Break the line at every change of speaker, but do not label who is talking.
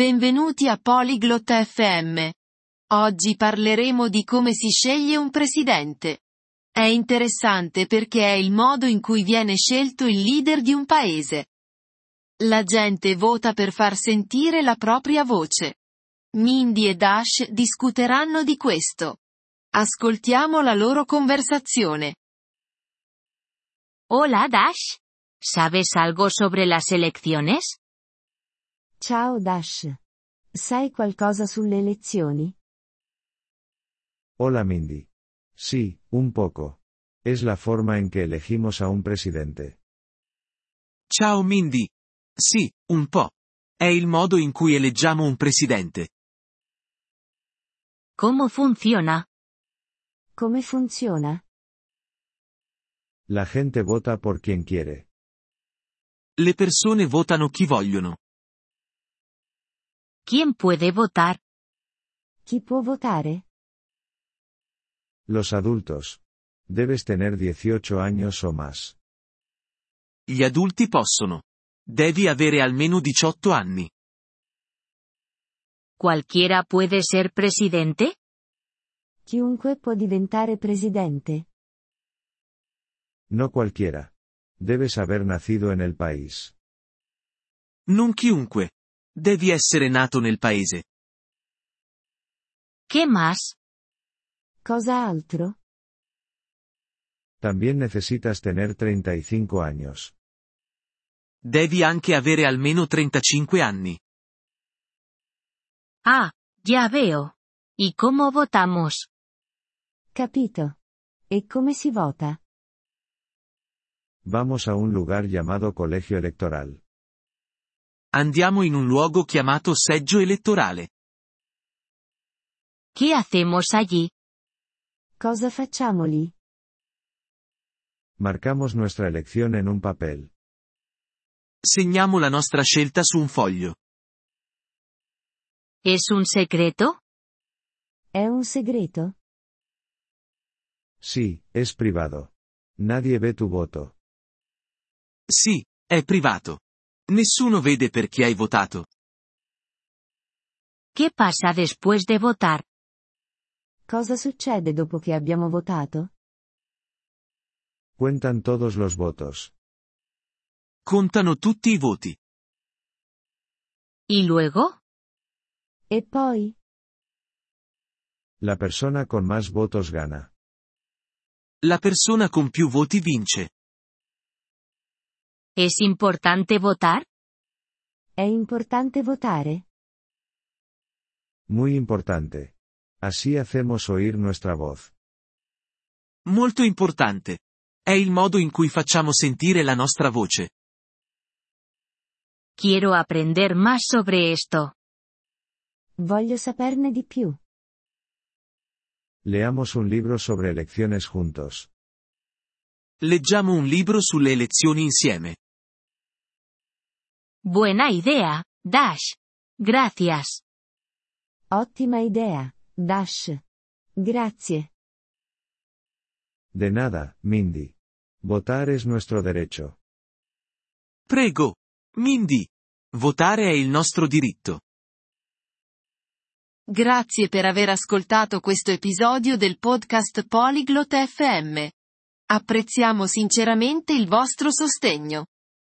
Benvenuti a Polyglot FM. Oggi parleremo di come si sceglie un presidente. È interessante perché è il modo in cui viene scelto il leader di un paese. La gente vota per far sentire la propria voce. Mindy e Dash discuteranno di questo. Ascoltiamo la loro conversazione.
Hola Dash. ¿Sabes algo sobre las elecciones?
Ciao Dash. Sai qualcosa sulle elezioni?
Hola Mindy. Sí, un poco. Es la forma en que elegimos a un presidente.
Ciao Mindy. Sì, un po'. È il modo in cui eleggiamo un presidente.
¿Cómo funciona?
Come funziona?
La gente vota por quien quiere.
Le persone votano chi vogliono.
¿Quién puede votar?
Chi può votare?
Los adultos. Debes tener 18 años o más.
Gli adulti possono. Devi avere almeno 18 anni.
¿Cualquiera puede ser presidente?
Chiunque può diventare presidente.
No cualquiera. Debes haber nacido en el país.
Non chiunque. Devi essere nato nel paese.
¿Qué más?
Cosa altro?
También necesitas tener 35 años.
Devi anche avere almeno 35 anni.
Ah, ya veo. ¿Y cómo votamos?
Capito. E come si vota?
Vamos a un lugar llamado colegio electoral.
Andiamo in un luogo chiamato seggio elettorale.
¿Qué hacemos allí?
Cosa facciamo lì?
Marcamos nuestra elección en un papel.
Segniamo la nostra scelta su un foglio.
¿Es un secreto?
È un segreto?
Sí, es privado. Nadie ve tu voto.
Sì, è privato. Nessuno vede per chi hai votato.
¿Qué pasa después de votar?
Cosa succede dopo che abbiamo votato?
Cuentan todos los votos.
Contano tutti i voti.
¿Y luego?
E poi?
La persona con más votos gana.
La persona con più voti vince.
¿Es importante votar?
È importante votare?
Muy importante. Así hacemos oír nuestra voz.
Molto importante. È il modo in cui facciamo sentire la nostra voce.
Quiero aprender más sobre esto.
Voglio saperne di più.
Leamos un libro sobre elecciones juntos.
Leggiamo un libro sulle elezioni insieme.
Buena idea, Dash. Gracias.
Ottima idea, Dash. Grazie.
De nada, Mindy. Votar es nuestro derecho.
Prego. Mindy. Votare è il nostro diritto.
Grazie per aver ascoltato questo episodio del podcast Polyglot FM. Apprezziamo sinceramente il vostro sostegno.